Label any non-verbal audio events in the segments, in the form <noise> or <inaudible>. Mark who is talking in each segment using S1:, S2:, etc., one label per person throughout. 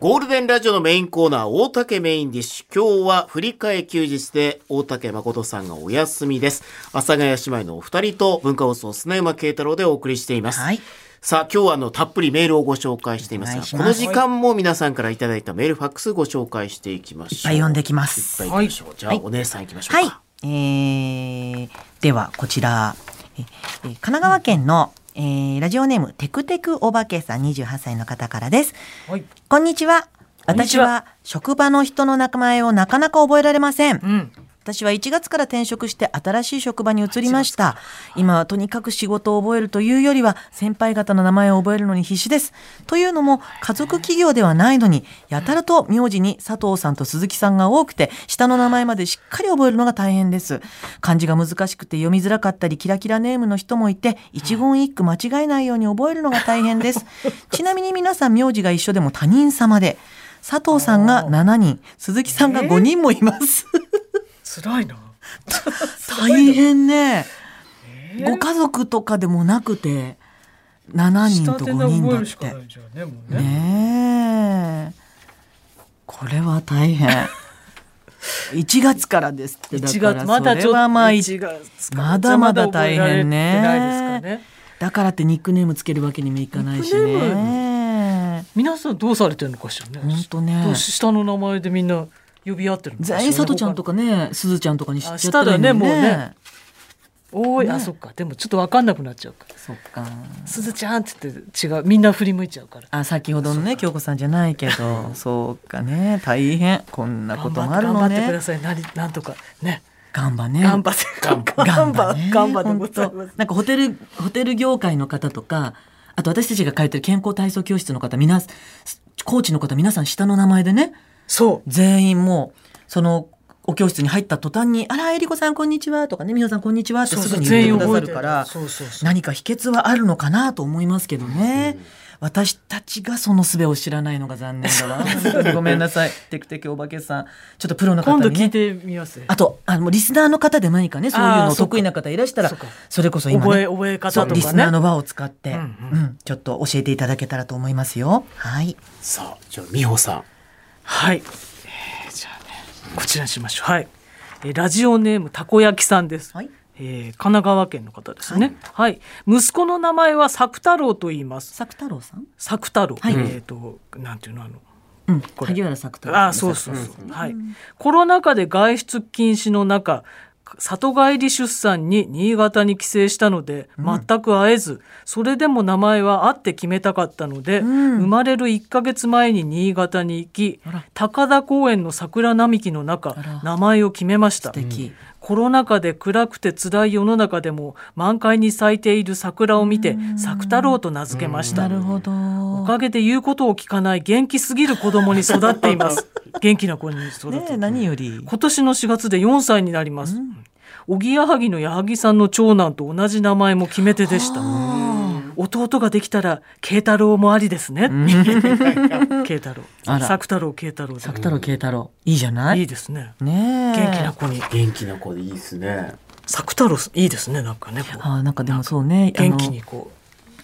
S1: ゴールデンラジオのメインコーナー、大竹メインディッシュ。今日は振り替え休日で、大竹誠さんがお休みです。阿佐ヶ谷姉妹のお二人と、文化放送砂山慶太郎でお送りしています。
S2: はい。
S1: さあ、今日はあの、たっぷりメールをご紹介しています
S2: お
S1: が、
S2: 願いし
S1: こ
S2: ます
S1: の時間も皆さんからいただいたメール、ファックスご紹介していきましょう。
S2: いっぱい読んできま
S1: いっ
S2: す
S1: ぱい行きましょう。じゃあ、
S2: はい
S1: お姉さん行きましょう
S2: はい
S1: か。。
S2: えー、では、こちら。ええ神奈川県の、えーラジオネーム、テクテクおばけさん、28歳の方からです。
S3: はい。
S2: こんにちは。
S3: んにち
S2: 私
S3: は
S2: は、職場の人の名前をなかなか覚えられません。
S3: うん。
S2: 私は1月から転職して新しい職場に移りました。今はとにかく仕事を覚えるというよりは先輩方の名前を覚えるのに必死です。というのも家族企業ではないのに、やたらと名字に佐藤さんと鈴木さんが多くて、下の名前までしっかり覚えるのが大変です。漢字が難しくて読みづらかったり、キラキラネームの人もいて、一言一句間違えないように覚えるのが大変です。ちなみに皆さん名字が一緒でも他人様で、佐藤さんが7人、鈴木さんが5人もいます。
S3: 辛いな。
S2: 大変ね、ご家族とかでもなくて7人と
S3: 下手な
S2: 5人
S3: 覚え
S2: だっ
S3: るしかな
S2: て
S3: いじゃんね、もうね。
S2: ねえこれは大
S3: <laughs>
S2: 変1月からですってだ
S3: 一
S2: から
S3: 月まだち
S2: そ
S3: ょっ
S2: れは
S3: と
S2: まあ
S3: 一月から
S2: まだまだ大変ね
S3: まだまだ覚えられてないですからね。
S2: だからってニックネームつけるわけにもいかないし
S3: ニックネ
S2: ね
S3: 皆さんどうされてるのかしらね。
S2: 本当ね
S3: どう下の名前でみんな呼び合ってるのかしらね
S2: 全員さとちゃんとかねすずちゃんとかにしちゃったらいい
S3: あ下だね
S2: のに
S3: も
S2: ね
S3: うね多い、あ
S2: ね
S3: そっかでもちょっと分かんなくなっちゃうか
S2: そっか
S3: すずちゃんって言って違うみんな振り向いちゃうから
S2: あ先ほどのね京子さんじゃないけ
S3: <laughs>
S2: どそうかね大変こんなこともあるの
S3: 頑張って頑張ってくだ
S2: ね
S3: さいなりなんとかね
S2: 頑張ね
S3: 頑張って頑張頑張,、
S2: ね
S3: 頑張でございま
S2: 本
S3: す
S2: 当なんかホテルホテル業界の方とかあと私たちが通ってる健康体操教室の方みなコーチの方皆さん下の名前でね
S3: そう
S2: 全員もうそのお教室に入った途端に「あらえりこさんこんにちは」とかね「みほさんこんにちは」って
S3: そう
S2: す
S3: そ
S2: ぐ
S3: う
S2: に言って
S3: 全員
S2: くださ
S3: 覚えて
S2: る
S3: る
S2: から
S3: そうそうそう
S2: 何か秘訣はあるのかなと思いますけどね。私たちがその術を知らないのが残念だわ。本当にごめんなさい。テクテクお化けさん。ちょっとプロの方
S3: 今度
S2: に
S3: 聞い
S2: ね。
S3: てみますね
S2: あと、あの、リスナーの方で何かね、そういう
S3: あ
S2: の
S3: ーそうか
S2: 得意な方いらしたら
S3: そうか、
S2: それこそ今
S3: 覚え
S2: ね、
S3: 覚え
S2: そ
S3: 方
S2: う
S3: と
S2: リ
S3: か
S2: スナー
S3: ね
S2: の輪を使って、う
S3: うん
S2: ん
S3: う
S2: ちょっと教えていただけたらと思いますよ。はい。
S1: さあ、じゃあ、美穂さん。
S3: はい、えーじゃあねこちらにしましょうはい、えーラジオネームたこ焼きさんです、
S2: はい
S3: えー神奈川県の方ですねはい、息子の名前は作太郎と言います
S2: 作太郎さん
S3: 作太郎、
S2: はい
S3: えっ、となんていうのあの
S2: うん。
S3: これ
S2: 萩原作太郎さん。
S3: あそうそうそう、はいコロナ禍で外出禁止の中里帰り出産に新潟に帰省したので
S2: うん
S3: 全く会えず、それでも名前はあって決めたかったので、
S2: うん
S3: 生まれる1ヶ月前に新潟に行き
S2: あら
S3: 高田公園の桜並木の中
S2: あら
S3: 名前を決めました
S2: 素敵。
S3: コロナ禍で暗くて辛い世の中でも満開に咲いている桜を見て「作太郎」と名付けました。
S2: なるほど。
S3: おかげで言うことを聞かない元気すぎる子供に育って
S2: <laughs>
S3: います。元気な子に育
S2: ね
S3: て
S2: え、
S3: て。
S2: 何より。
S3: 今年の4月で4歳になります。おぎやはぎの矢作さんの長男と同じ名前も決め手でした。弟ができたら慶太郎もありですね。 <laughs> 慶太
S2: あ
S3: 郎、
S2: ら
S3: 作太郎、慶太郎
S2: 作
S3: で。
S2: 太郎慶太郎いいじゃない
S3: い
S2: ね
S3: いですね。
S2: え元
S3: 元気な子に。
S1: 元気な子でいいですね。
S3: 作太郎いいですね。なんかね、こう
S2: あーなんかでもそうね
S3: 元気にこ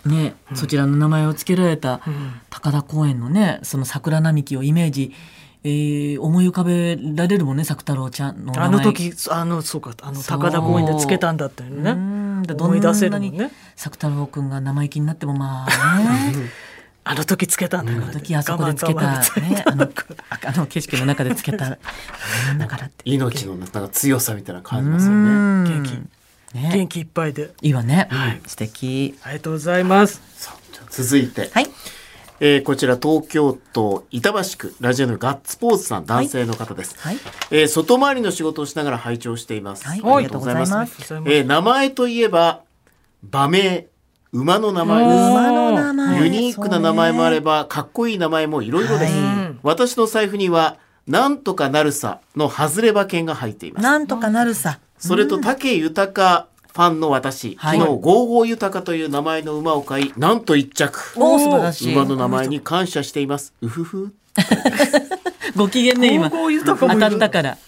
S2: あのね、そちらの名前を付けられた
S3: う。うん
S2: 高田公園のねその桜並木をイメージ、えー思い浮かべられるもんね作太郎ちゃんの名前
S3: あの時、あの、そうか、あの高田公園でつけたんだって
S2: う
S3: ね。
S2: んでど
S3: 思
S2: ん
S3: い
S2: な
S3: 出せるもん
S2: に
S3: ね。
S2: 作太郎くんが生意気になってもまあね
S3: あの時つけたんだから
S2: あの時あそこでつけ
S3: 我慢
S2: た
S3: 我慢
S2: ねあのああの景色の中でつけただからって
S1: 命のなんか強さみたいなの感じ
S2: う
S1: ますよね。
S2: ん
S3: 元
S2: ね
S3: 元気いっぱいで
S2: いいわね、
S1: はい
S2: 素敵
S3: ありがとうございます
S1: さあ、じゃあ続いて。
S2: はい
S1: えーこちら東京都板橋区ラジオのガッツポーズさん男性の方です、
S2: はい
S1: えー外回りの仕事をしながら拝聴しています、
S2: はい
S3: あり
S2: がとうございます
S1: あ
S3: あ
S1: り
S3: りがとうござい
S1: えー名前といえば馬名馬の名
S3: お
S1: 前
S3: ー
S2: 馬の名前
S1: ユニークな名前もあれ
S2: ば
S1: ばかっこいい名前もいろいろです、
S3: はい
S1: うん私の財布にはなんとかなるさの外れ馬券が入っています
S2: なんとかなるさ
S1: それと武豊ファンの私、
S2: はい
S1: 昨日、ゴーゴー豊という名前の馬を買い、なんと一着。
S2: おー素晴らしい
S1: 馬の名前に感謝しています。うふふ。
S2: ご機嫌ね今
S3: ゴーゴー豊
S2: 当
S3: 子もいる
S2: たったから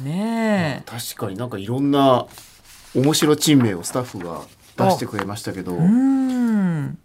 S2: ねえ
S1: 確かになんかいろんな面白珍名をスタッフが出してくれましたけど、
S2: うん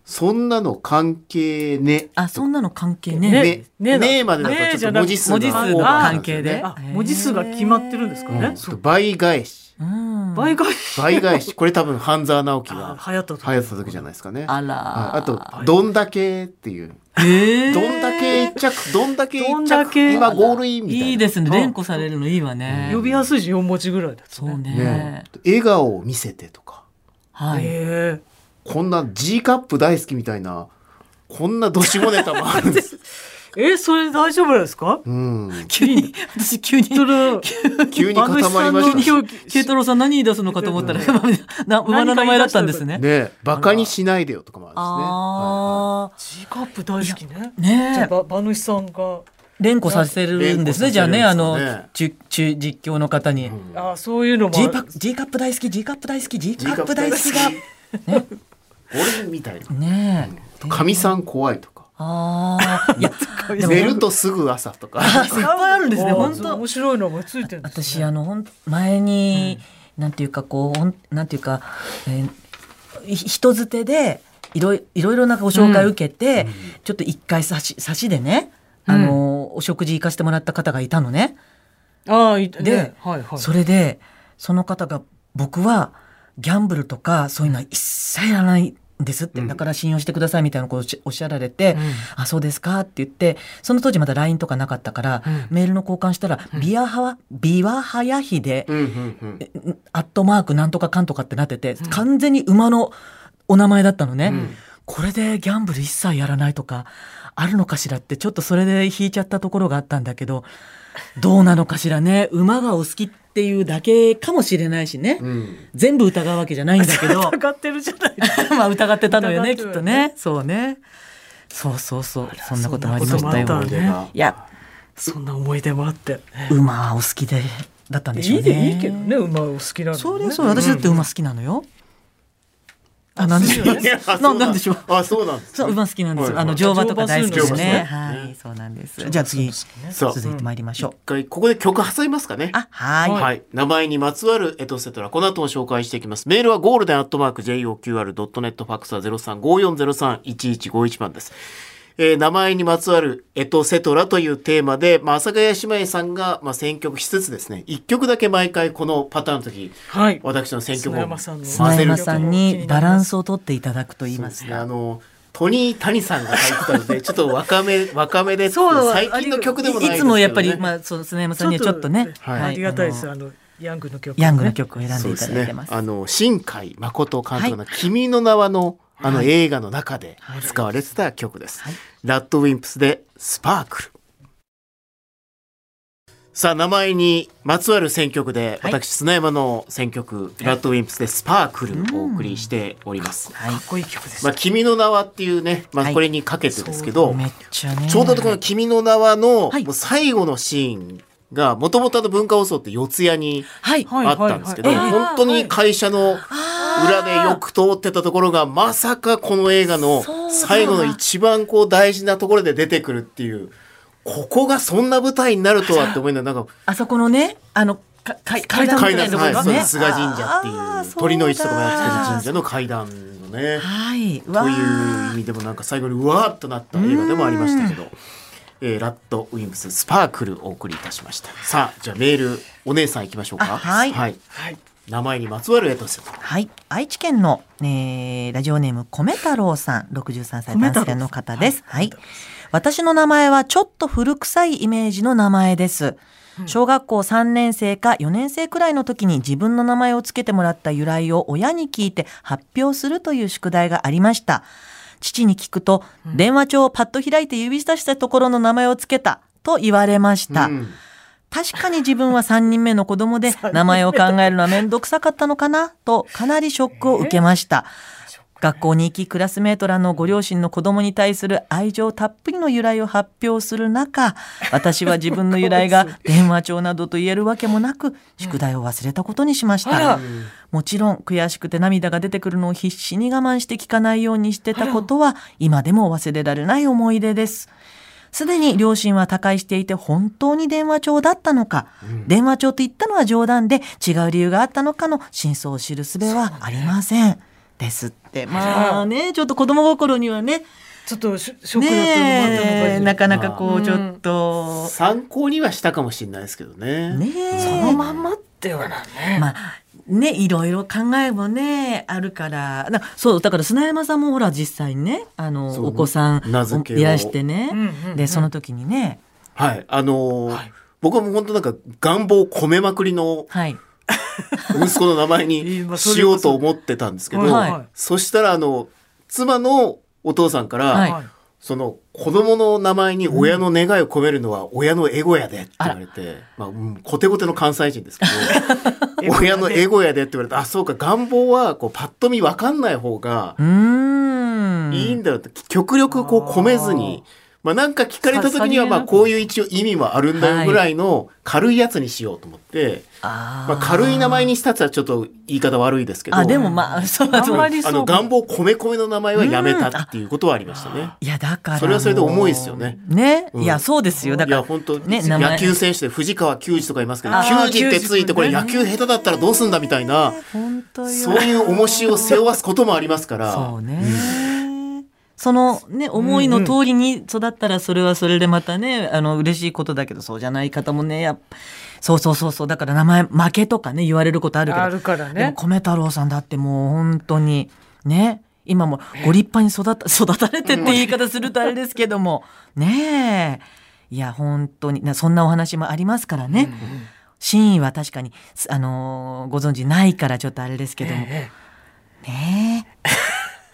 S1: そんなの関係ね。
S2: あそんなの関係ね
S3: ね
S1: ね
S3: ね
S1: ねえまでだ
S3: ね
S1: と
S3: え
S1: ち
S3: じ
S1: ょ
S3: ゃ
S1: っと
S3: な
S1: 文
S3: く
S1: 字数が
S2: 文字数
S1: 多
S2: の
S1: かったん
S2: 関
S1: です
S2: 係
S1: よ
S2: で
S1: ね。
S3: あ文字数が決まってるんですか
S1: うん
S3: ね。
S1: ちょっと倍返し。
S2: うん
S3: 倍返し。
S1: 倍返し。これ多分半沢直樹が
S3: あ流行った時
S1: 流行った時じゃないですかね。
S2: あ
S1: あ
S2: ら
S1: あと、どんだけっていう。
S2: ええ
S1: どんだけ一着、どんだけ
S3: ど
S1: 一
S3: んだ
S1: 着、
S3: け
S1: 今ゴールインみたいな。
S2: いいですね
S3: うん
S2: 連呼されるのいいわね
S3: 呼びやすいし四文字ぐらいだ
S2: そうね
S1: ね笑顔を見せてとか、
S2: はい、
S3: え
S1: こんな G カップ大好きみたいな、こんなどしもネタもあるん
S2: <laughs>
S1: です。
S3: ええそれ大丈夫なんですか？
S1: うん。
S2: 急に私急に
S3: そ
S2: <laughs>
S3: れ
S1: 急に固まりま
S3: 番組さん
S1: し
S3: の
S2: 今日慶太郎さん何言い出すのかと思ったらな馬の名前だったんです
S1: た。
S2: ね。
S1: ねバカにしないでよとかもあるんですね。はいはい
S2: あ
S3: G カップ大好きね。
S2: あね
S3: じゃあ
S2: え
S3: ば馬主さんが
S2: 連呼させるん
S1: 連呼
S2: ですね
S1: させるんですね
S2: じゃあねあの
S1: ね
S2: 中中実況の方に。
S3: あそういうのもあ
S2: G
S3: る
S2: パ G カップ大好き G カップ大好き G カ
S1: G カ
S2: ッ
S1: ップ
S2: プ
S1: 大好
S2: 大好
S1: き
S2: き
S1: が
S2: が。
S1: 俺みたいな。
S2: ねえ。
S1: かみさん怖いとか。
S2: ああいやでも
S1: 寝るとすぐ朝と
S2: <laughs>
S1: か。
S2: いっぱいあるんですね
S3: あ
S2: 本
S3: そう
S2: 当
S3: 面。白いのがついてるんです、
S2: 私
S3: ね。
S2: あのほん前に、なんていうかこうほんなんていうか、えーい人づてでいろいいろいろなご紹介を受けて、ちょっと一回差し差しでねあの、お食事行かせてもらった方がいたのね、
S3: ああいで、
S2: で
S3: ね、はいはい。
S2: それでその方が僕はギャンブルとかそういうのは一切やらないんですって、
S1: うん
S2: だから信用してくださいみたいなことをおっしおっしゃられて、
S3: うん
S2: あそうですかって言ってその当時まだ LINE とかなかったから、
S3: う
S2: メールの交換したら、ビアハワビワハヤヒで、
S1: うんうんうん。
S2: アットマークなんとかかんとかってなってて、完全に馬のお名前だったのね、
S1: ん
S2: これでギャンブル一切やらないとかあるのかしらってちょっとそれで引いちゃったところがあったんだけどどうなのかしらね馬がお好きっていうだけかもしれないしね、
S1: うん。
S2: 全部疑うわけじゃないんだけ
S3: <laughs>
S2: ど
S3: 疑ってるじゃない。
S2: <laughs> まあ疑ってたのよねき
S3: 疑
S2: っ
S3: って
S2: と
S3: る
S2: ねそうねそうそうそうそんなこともありました
S3: そんなこともあ
S2: よ
S3: ったね
S1: が
S2: いや
S3: そんな思い出もあって。
S2: 馬お好きでだったんでしょ
S3: いう
S2: ね
S3: いでいいけどね馬を好きなの、ね。
S2: そりゃそう私だって馬好きなのよ、あなんでしょう
S3: そうよね
S2: ななんでしょう
S1: あ、そうなんですね。
S2: そう、馬好きなんで
S1: は
S2: す。
S1: いはい
S2: あの乗馬とか大好きで
S1: 乗馬
S2: す
S1: す
S2: ね。
S1: ね
S2: はい、そうなんです。じゃあ次、
S1: そう
S2: 続いて参りましょう
S1: 一。回、ここで曲挟みますかね。
S2: あ、はい。
S1: はい、名前にまつわるエトセトラこの後も紹介していきますメールはゴールデンアットマーク JOQR.net ファックスは0354031151番です、えー名前にまつわるエトセトラというテーマで、まあ、阿佐ヶ谷姉妹さんが、まあ、選曲しつつですね一曲だけ毎回このパターンの時
S3: はい。
S1: 私の選曲
S3: 砂
S1: を
S3: 山さんの
S2: 砂山さんにバラン
S3: を
S2: スを取っていただくと言います
S1: あのトニー・タニさんが入ってたのでちょっと若め若めで最近の曲でもない
S2: い
S1: ですけど、ね、
S2: つもやっぱり、まあ、そう、砂山さんにはちょっとね。
S1: はい
S3: ありがたいです
S2: あの
S3: あのヤングの曲、
S2: ヤングの曲を選ん
S1: そ
S2: で
S1: う
S2: い
S1: です
S2: ただい
S1: ね
S2: てま。す。
S1: あの新海誠監督の「君の名はの」あの映画の中で使われてた曲です。
S2: はい
S1: ラッドウィンプスでスパークル。さあ名前にまつわる選曲で、
S2: はい
S1: 私砂山の選曲「ラッドウィンプスでスパークル」をお送りしております。
S2: はい
S3: かっこいい曲です、
S1: まあ君の名はっていうね、ま
S2: は
S1: あ
S2: い
S1: これにかけてですけど、
S2: めっちゃね。
S1: ちょうどこの「君の名はの」
S2: はい
S1: もう最後のシーンがもともと文化放送って四谷に
S2: はい。
S3: はい
S1: あったんですけど、
S3: はいはいはい
S1: 本当に会社の裏でよく通ってたところが、まさかこの映画の最後の一番こう大事なところで出てくるっていう、ここがそんな舞台になるとはって思いながら、なんか、
S2: あそこのね、あの、か階階段みた
S1: 階
S2: いな
S1: 段、
S2: とこ
S1: は
S2: ろ
S1: い、
S2: で
S1: そうですす
S2: ね。
S1: 菅神社って
S2: あー
S1: い、
S2: そうだ
S1: 鳥の市とかもやってる神社の階段のね、
S2: はい。わ
S1: と
S2: あ。
S1: いう意味でもなんか最後にうわーっとなった映画でもありましたけど、えーラッドウィンプススパークルをお送りいたしました。さあ、じゃあメール、お姉さん行きましょうか。
S2: あはい
S3: はい
S1: 名前にまつわるエトセトラ
S2: はい。愛知県の、えーラジオネーム、米太郎さん、63歳男性の方です。はい。私の名前はちょっと古臭いイメージの名前です。小学校3年生か4年生くらいの時に自分の名前をつけてもらった由来を親に聞いて発表するという宿題がありました。父に聞くと、電話帳をパッと開いて指さしたところの名前をつけたと言われました。
S1: うん
S2: 確かに自分は3人目の子供で名前を考えるのは面倒くさかったのかなとかなりショックを受けました。学校に行きクラスメートらのご両親の子供に対する愛情たっぷりの由来を発表する <laughs> 中私は自分の由来が電話帳などと言えるわけもなく宿題を忘れたことにしまし
S3: あ
S2: た、
S3: ら
S2: もちろん悔しくて涙が出てくるのを必死に我慢して聞かないようにしてたことは今でも忘れられない思い出です。すでに両親は他界していて本当に電話帳だったのか、電話帳と言ったのは冗談で違う理由があったのかの真相を知る術はありません。ですって。まあね、ちょっと子供心にはね、
S3: ちょっとショショックだったのもあったの
S2: ね
S3: か
S2: え
S3: しら
S2: なかなかこ
S3: う
S2: うんちょっと、
S1: 参考にはしたかもしれないですけどね。
S2: ねえ
S3: そのまんまってはなね。
S2: まあね、いろいろ考えもね、あるから。なそう、だから砂山さんもほら、実際にね、あの、
S1: そう
S2: お子さ
S1: 名
S2: ん
S1: 付けを
S2: いらしてね。
S3: うんうんうん
S2: で、その時にね、
S1: はい。あのー僕はもう本当なんか願望を込めまくりの
S2: はい。
S1: 息子の名前 <laughs>
S3: いいま
S1: に
S3: あそれ
S1: しようと思ってたんですけど、
S2: はい
S1: そしたらあの、妻のお父さんから、
S2: はい
S1: その子供の名前に親の願いを込めるのは親のエゴやでって言われて、まあ、うん、コテコテの関西人ですけど、親の <laughs> エゴやでって言われて、あ、そうか、願望はこうパッと見わかんない方が
S2: うーん。
S1: いいんだよって、極力こう込めずに、まあなんか聞かれた時には、
S3: さ
S1: まあこういう一応意味もあるんだ
S2: は
S1: よ
S2: い
S1: ぐらいの軽いやつにしようと思って、
S2: あー
S1: まあ軽い名前にしたつはちょっと言い方悪いですけど、
S2: あ、でもまあ、 <laughs> そう
S3: あん
S2: そう。
S3: まり
S1: あ
S3: そ
S1: の
S3: う。
S1: 願望込め込めの名前はやめたっていうことはありましたね。
S2: いや、だからもう。
S1: それはそれで重いですよね
S2: ね。
S1: うん
S2: いや、そうですよ。だ
S1: いや
S2: か
S1: 本当、
S2: ね名前
S1: 野球選手で藤川球児とかいますけど
S3: あー
S1: 球児ってついてこれ
S3: 球児
S1: 野球下手だったらどうすんだみたいな
S2: ら、本当よ。
S1: そういう重しを背負わすこともありますから
S2: そうね。そのね、思いの通りに育ったらそれはそれでまたね、あの、嬉しいことだけど、そうじゃない方もね、やっぱ、そうそうそうそう、だから名前、負けとかね、言われることあるけど、
S3: あるから
S2: でも
S3: ね。
S2: 米太郎さんだってもう本当に、ね、今もご立派に育た、 <laughs> 育たれてって言い方するとあれですけども、ねえ、いや、本当に、なそんなお話もありますからね。真意は確かに、すあのーご存知ないからちょっとあれですけども。
S3: え
S2: ね
S3: <laughs>
S2: え。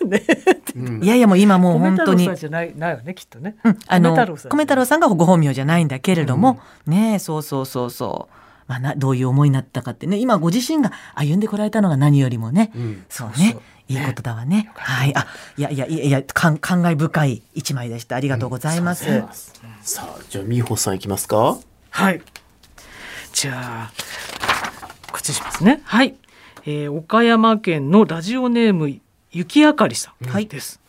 S1: う
S2: いやいやもう今
S3: え
S2: もう本
S3: 米太
S2: 当
S3: 郎
S2: に
S3: さん。じゃないないよねきっとね。
S2: うんあの
S3: 米太郎さん
S2: 米太郎さんがご本名じゃないんだけれども、ねえそうそうそうそう、まあ、などういう思いになったかってね今ご自身が歩んでこられたのが何よりもね、
S1: うん
S2: そうねいいことだわねはいあいやいやいやいや感感慨深い一枚でしたありがとうございます、
S1: さあじゃあ美穂さんいきますか
S3: はい。じゃあ、こっちにしますね。はい。えー岡山県のラジオネーム、雪あかりさん
S2: はい
S3: です。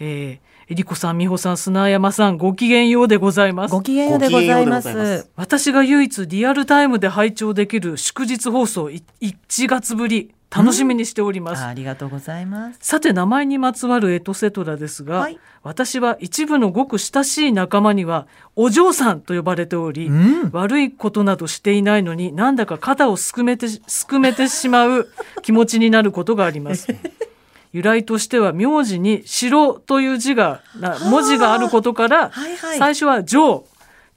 S3: えーえりこさん、みほさん、砂山さん、ごきげんようでございます
S2: ご。きげんようでございます
S1: ごきげんようでございます
S3: 私が唯一リアルタイムで拝聴できる祝日放送い1月ぶり、楽しみにしております
S2: あ。ありがとうございます
S3: さて名前にまつわるエトセトラですが、
S2: はい
S3: 私は一部のごく親しい仲間にはお嬢さんと呼ばれており、
S2: ん
S3: 悪いことなどしていないのになんだか肩をすくめてすくめてしまう気持ちになることがあります。由来としては名字に「城」という字がな文字があることから、
S2: はいはい
S3: 最初は「城」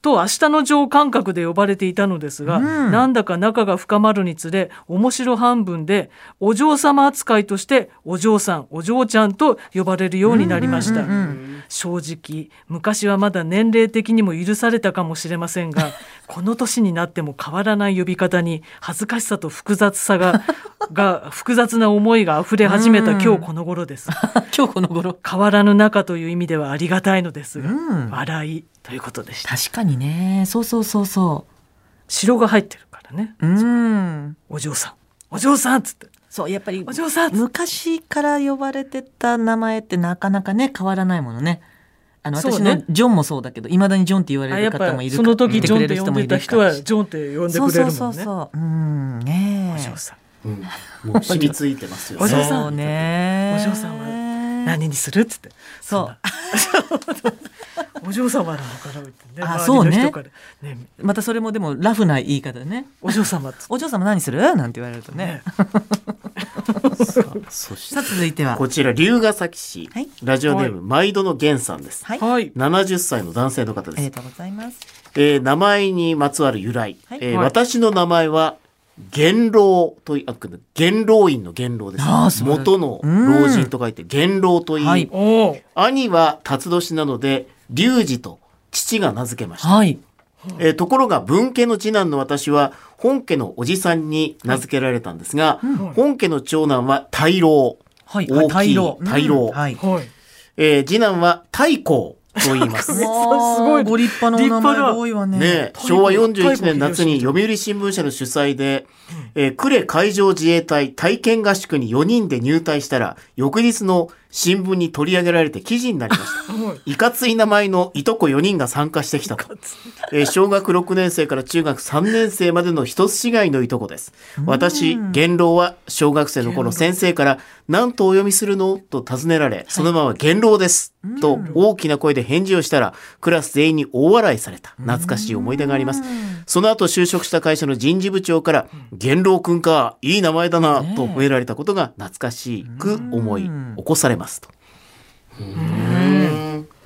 S3: と明日の城感覚で呼ばれていたのですが、なんだか仲が深まるにつれ面白半分でお嬢様扱いとしてお嬢さんお嬢ちゃんと呼ばれるようになりました、正直昔はまだ年齢的にも許されたかもしれません <laughs> がこの年になっても変わらない呼び方に恥ずかしさと複雑さが <laughs> が複雑な思いが溢れ始めた今日この頃です
S2: 今日この頃
S3: 変わらぬ仲という意味ではありがたいのですが、
S2: うん
S3: 笑いということでした
S2: 確かにねそうそうそうそ
S3: 城が入ってるからね
S2: ううん
S3: お嬢さんお嬢さんっつって
S2: そうやっぱり
S3: お嬢さんっつって
S2: 昔から呼ばれてた名前ってなかなかね変わらないものね。あの
S3: そう
S2: 私
S3: ね
S2: のジョンもそうだけどいまだにジョンって言わ
S3: あ
S2: れ
S3: や
S2: る
S3: っ
S2: 方
S3: ぱ
S2: もいる
S3: その時ジョンって呼んでた人は
S2: 呼んで
S3: ジョンって呼んで
S2: そう
S3: くれ
S2: そうそ
S3: るもん
S2: う
S3: ね
S2: そううんね
S3: お
S2: え
S3: 嬢さん
S1: うん <laughs> もう染みついてますよね
S3: お嬢さん
S2: そうね
S3: お嬢さん
S2: は
S3: 何にするっつって
S2: そう
S3: お嬢様なのかなみたいなね
S2: あそ
S3: 周りの
S2: う
S3: 人
S2: ね
S3: からね
S2: またそれもでもラフな言い方ね
S3: お嬢様っつっ
S2: お嬢様何するなんて言われると
S3: てね
S2: ね
S1: そして
S2: さあ続いては
S1: こちら龍ヶ崎市、
S2: はい
S1: ラジオネーム、毎度の源さんです、
S2: はい
S3: はい
S1: 70歳の男性の方
S2: あ
S1: で
S2: り
S1: す
S2: がとうございます
S1: えー名前にまつわる由来、
S2: はい
S1: えー
S3: はい
S1: 私の名前は元老といあく元老院の元老で
S2: あー
S1: す
S2: 素晴らしい
S1: 元の老人と書いて元老といい、
S2: はい
S3: おお
S1: 兄は辰年なので龍二と父が名付けました、
S2: はい
S1: えーところが文家の次男の私は本家のおじさんに名付けられたんですが、本家の長男は大老
S2: はい
S1: 大きい
S2: 大老
S1: 大老
S2: うんはい
S3: はい。
S1: えー次男は太閤と言います。ね
S3: <laughs> そうすごい
S2: ご立派なお名前が多いわね。
S1: え
S3: 太閤
S1: 昭和41年夏に
S3: 太
S1: 読売新聞社の主催で、えー呉海上自衛隊体験合宿に4人で入隊したら、翌日の新聞に取り上げられて記事になりました。
S3: はい
S1: いかつい名前のいとこ4人が参加してきたと。えー小学6年生から中学3年生までの一つ違いのいとこです。私、元老は小学生の頃先生から何とお読みするのと尋ねられ、そのまま元老です。と大きな声で返事をしたら、クラス全員に大笑いされた。懐かしい思い出があります。その後就職した会社の人事部長から、元老くんか、いい名前だな、と褒められたことが懐かしく思い起こされますと。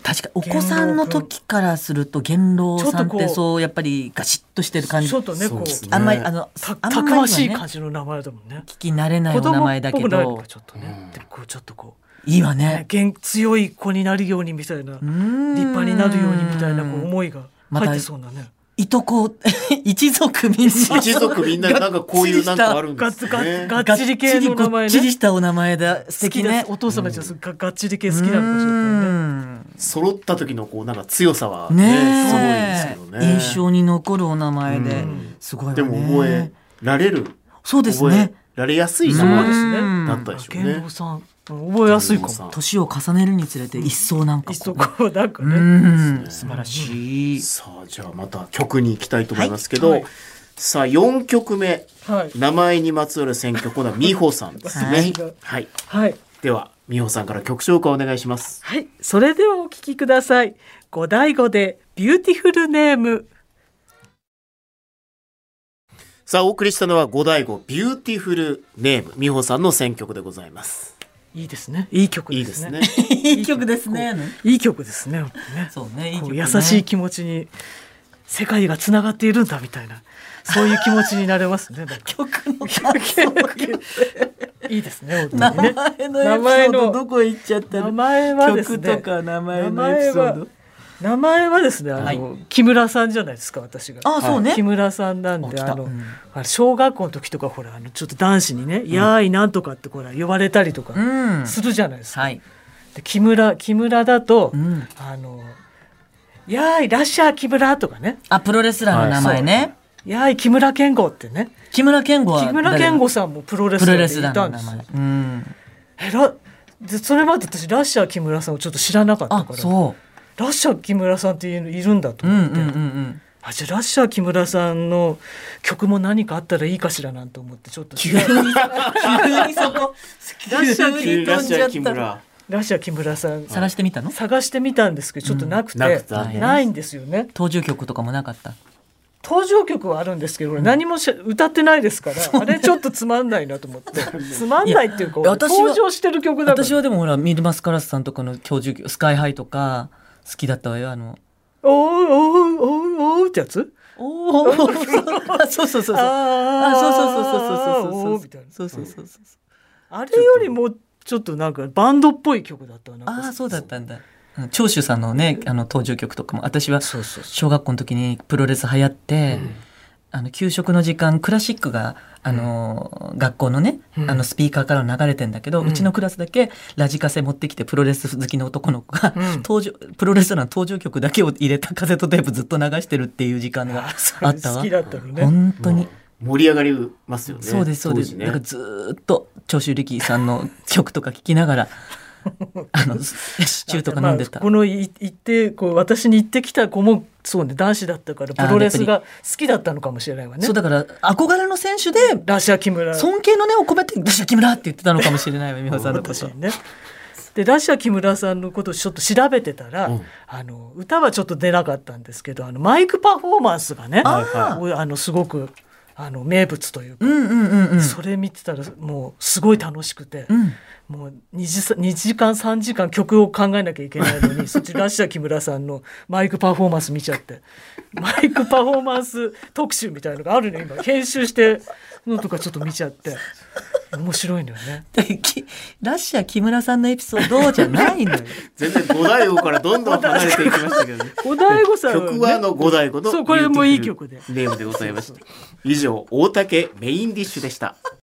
S2: 確かお子さんの時からすると元老さんっ
S3: ちょ
S2: て
S3: っとこう
S2: そうやっぱりガシッとしてる感じ
S3: ちょっとね、こ
S1: そう
S3: う
S1: で、すね
S2: あんまりあの
S3: た
S2: あんま
S3: た
S2: り
S3: く
S2: は
S3: ましい
S2: ね
S3: 感じの名前だもんね。
S2: 聞き慣れないお名前だけ
S3: 子供っぽくない
S2: ど
S3: からちょっとね。でもこうちょっとこ
S2: いいわ
S3: う、
S2: ね。
S3: ね元強い子になるようにみたいな、立派になるようにみたいなこう思いが
S2: また
S3: 入ってそうなね。
S2: いとこ <laughs> 一族みんな
S1: <laughs> 一族みんななんかこういうなんかあるんで
S3: ガッ
S1: す
S3: ツ
S1: ね。
S3: ガッガッチリ系の名
S2: が
S3: 前
S2: っちり
S3: ね。
S2: したお名前だ素
S3: 好き
S2: 敵
S3: で
S2: ね
S3: す。。お父様じゃすがガッチリ系好きなのかしら
S2: う
S3: ね。
S2: ん
S1: 揃った時のこうなんか強さはねすごいです
S2: ね
S1: け
S2: え
S1: どね。
S2: 印象に残るお名前で
S1: うん
S2: すごいわね。
S1: でも覚えられる、
S2: そうです
S1: 覚え
S2: ね。
S1: られやすい名
S3: そう
S1: 前
S3: で
S1: ですす
S3: ね
S1: ね。。
S2: うん
S1: だったでしょう
S3: 元
S1: ね
S3: 老。さん、覚えやすいかも。
S1: さん
S2: 年を重ねるにつれて一層なんか
S3: いっそ
S2: こ
S3: こうなんか
S2: うう
S3: ね。
S2: ん素晴らしい。
S1: さあじゃあまた曲に行きたいと思いますけど、
S3: はいはい
S1: さあ4曲目
S3: はい。
S1: 名前にまつわる選曲コーナー美穂さんですね。は
S2: はいい、
S3: はい。
S1: では美穂さんから曲紹介お願いします。
S3: はい、それではお聞きください。五代五でビューティフルネーム。
S1: さあお送りしたのは五代五ビューティフルネーム美穂さんの選曲でございます。
S3: いいですね。いい曲
S1: いい
S3: で
S1: ですす
S3: ね。
S1: ね。
S2: いい曲ですね。
S3: いい曲ですね。本当ね
S2: そうね、いい
S3: こ
S2: 曲
S3: う
S2: ね
S3: 優しい。気持ちに世界がつながっているんだみたいなそういう気持ちになれますね。なんか
S2: <laughs> 曲の感想が
S3: いいですね。
S2: 名
S3: 本当にね。
S2: 前のエピソードどこ行っちゃった
S3: 名
S2: の
S3: 前はです
S2: 曲
S3: ね。
S2: とか名前のエ
S3: 名
S2: ピ
S3: 前
S2: ソー
S3: は
S2: ド。
S3: 名前はですね。あの、木村さんじゃないですか私が。
S2: あ、そうね
S3: 木。村さんなん
S2: あ
S3: で
S2: 来た
S3: あの、
S2: うん
S3: あの小学校の時とかほらあのちょっと男子にね「やーいなんとか」ってほら呼ばれたりとか
S2: うん。
S3: するじゃないですか。
S2: はい。
S3: で木村木村だと、
S2: ん
S3: あの「やーいらっしゃい木村」とかね
S2: あ、プロレスラーの名前ね。
S3: 「やーい木村健吾」ってね
S2: 木村健吾は
S3: 木
S2: 誰。
S3: 村健吾さんもプロレ
S2: プ
S3: スラ
S2: ロ
S3: ー
S2: レ
S3: で
S2: ス
S3: い
S2: ラー
S3: た
S2: の
S3: んで
S2: 名
S3: すよ
S2: 前。うん。
S3: えらでそれまで私ラッシャー木村さんをちょっと知らなかった
S2: あ
S3: か、ら
S2: そ
S3: ラッシャー木村さんっていうのいるんだと
S2: う。うんう
S3: 思っ
S2: ん
S3: て、
S2: うんうん。
S3: あじゃあラッシャー木村さんの曲も何かあったらいいかしらなんて思ってちょっと
S2: 急に急にそこ。ラッシャー
S1: 急にラッシャー木
S2: 飛んじゃった。
S1: 村。
S3: <laughs> ラッシャー木村さん
S2: 探してみたの？
S3: 探してみたんですけどちょっとなくて、
S1: うんなくて残
S2: 念
S3: ないんですよね
S2: 登場曲とかもなかった。
S3: 登場曲はあるんですけど俺何もしゃ歌ってないですから、あれちょっとつまんないなと
S2: <laughs>
S3: 思ってつまんないっていうか
S2: いや
S3: 俺
S2: 私は
S3: 登場してる曲だから
S2: 私はでもほらミルマスカラスさんとかの教授曲スカイハイとか好きだったわよあの
S3: おうおうおうおうってやつ
S2: おお <laughs> そうそうそうそうあ
S3: あ
S2: そうそうそうそうそうそ
S3: お
S2: う
S3: みたいな
S2: そうそうそうそう
S3: あれよりもちょっとなんかバンドっぽい曲だったわなんか
S2: ああそうだったんだうん長州さんのねあの登場曲とかも私は
S3: そうそうそ
S2: 小学校の時にプロレス流行って、あの給食の時間クラシックがあの、学校のね、
S3: うん
S2: あのスピーカーから流れてんだけど、うちのクラスだけラジカセ持ってきてプロレス好きの男の子が、
S3: うん
S2: 登場プロレスラーの登場曲だけを入れたカセットテープずっと流してるっていう時間があ
S3: あ
S2: ったわ
S3: 好きだったのね
S2: 本当に、
S1: 盛り上がりますよね。
S2: そうですそうです、
S1: 当時ね
S2: だからずーっと長州力さんの曲とか聴きながらあのシチューとか飲んで
S3: ま
S2: た
S3: あ、このい行ってこう私に行ってきた子もそうね男子だったからプロレスが好きだったのかもしれないわね
S2: そうだから憧れの選手で
S3: ラシャ木村
S2: 尊敬のねを込めて「どうした木村!」って言ってたのかもしれないわ
S3: <laughs>
S2: 美穂さんのこ
S3: 私
S2: と。
S3: にね。でラッシャー木村さんのことをちょっと調べてたら、
S1: うん
S3: あの歌はちょっと出なかったんですけどあのマイクパフォーマンスがね
S1: はい
S2: あ
S1: は
S3: おあのすごくあの名物というか、
S2: うんうんうんうん。
S3: それ見てたらもうすごい楽しくて、
S2: うん、 <laughs>
S3: もう 2, 時2時間3時間曲を考えなきゃいけないのにそっちラッシャー木村さんのマイクパフォーマンス見ちゃってマイクパフォーマンス特集みたいのがあるの今編集してのとかちょっと見ちゃって面白いのよ
S1: <laughs>
S3: ね。
S2: できラッシャー木村さんのエピソードじゃないのよ。
S1: い。全然五代五からどんどん離れていきましたけど
S2: <laughs>
S1: ね。
S3: お醍醐さんね
S1: 曲はあの五代五の
S3: そうこれもいい曲で
S1: ビューティフルネームでございました。以上大竹メインディッシュでした。